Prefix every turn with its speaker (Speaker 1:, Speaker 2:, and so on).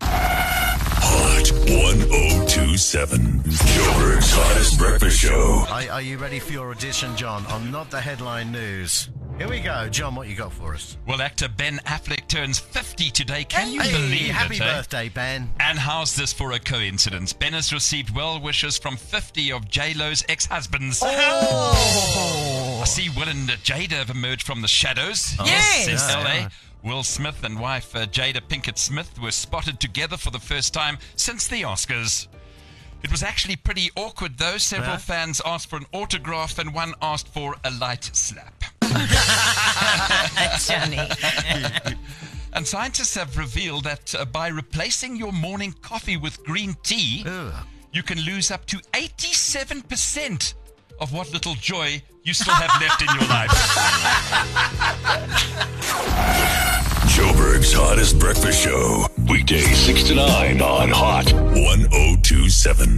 Speaker 1: 7. oh Joburg's hottest breakfast show.
Speaker 2: Are, are you ready for your audition, John? On not the headline news. Here we go, John. What you got for us?
Speaker 3: Well, actor Ben Affleck turns 50 today. Can you
Speaker 2: Hey,
Speaker 3: believe
Speaker 2: happy
Speaker 3: it? eh?
Speaker 2: birthday, Ben.
Speaker 3: And how's this for a coincidence? Ben has received well wishes from 50 of J-Lo's ex-husbands.
Speaker 2: Oh!
Speaker 3: I see Will and uh, Jada have emerged from the shadows.
Speaker 4: Yes.
Speaker 3: Since
Speaker 2: Yeah,
Speaker 3: LA.
Speaker 2: yeah.
Speaker 3: Will Smith and wife uh, Jada Pinkett Smith were spotted together for the first time since the Oscars. It was actually pretty awkward, though. Several
Speaker 2: Yeah.
Speaker 3: fans asked for an autograph, and one asked for a light slap.
Speaker 4: Johnny.
Speaker 3: And scientists have revealed that uh, by replacing your morning coffee with green tea, you can lose up to 87% of what little joy you still have left in your life.
Speaker 1: Joburg's oh hottest breakfast show. Weekday 6 to 9 on Hot 1027.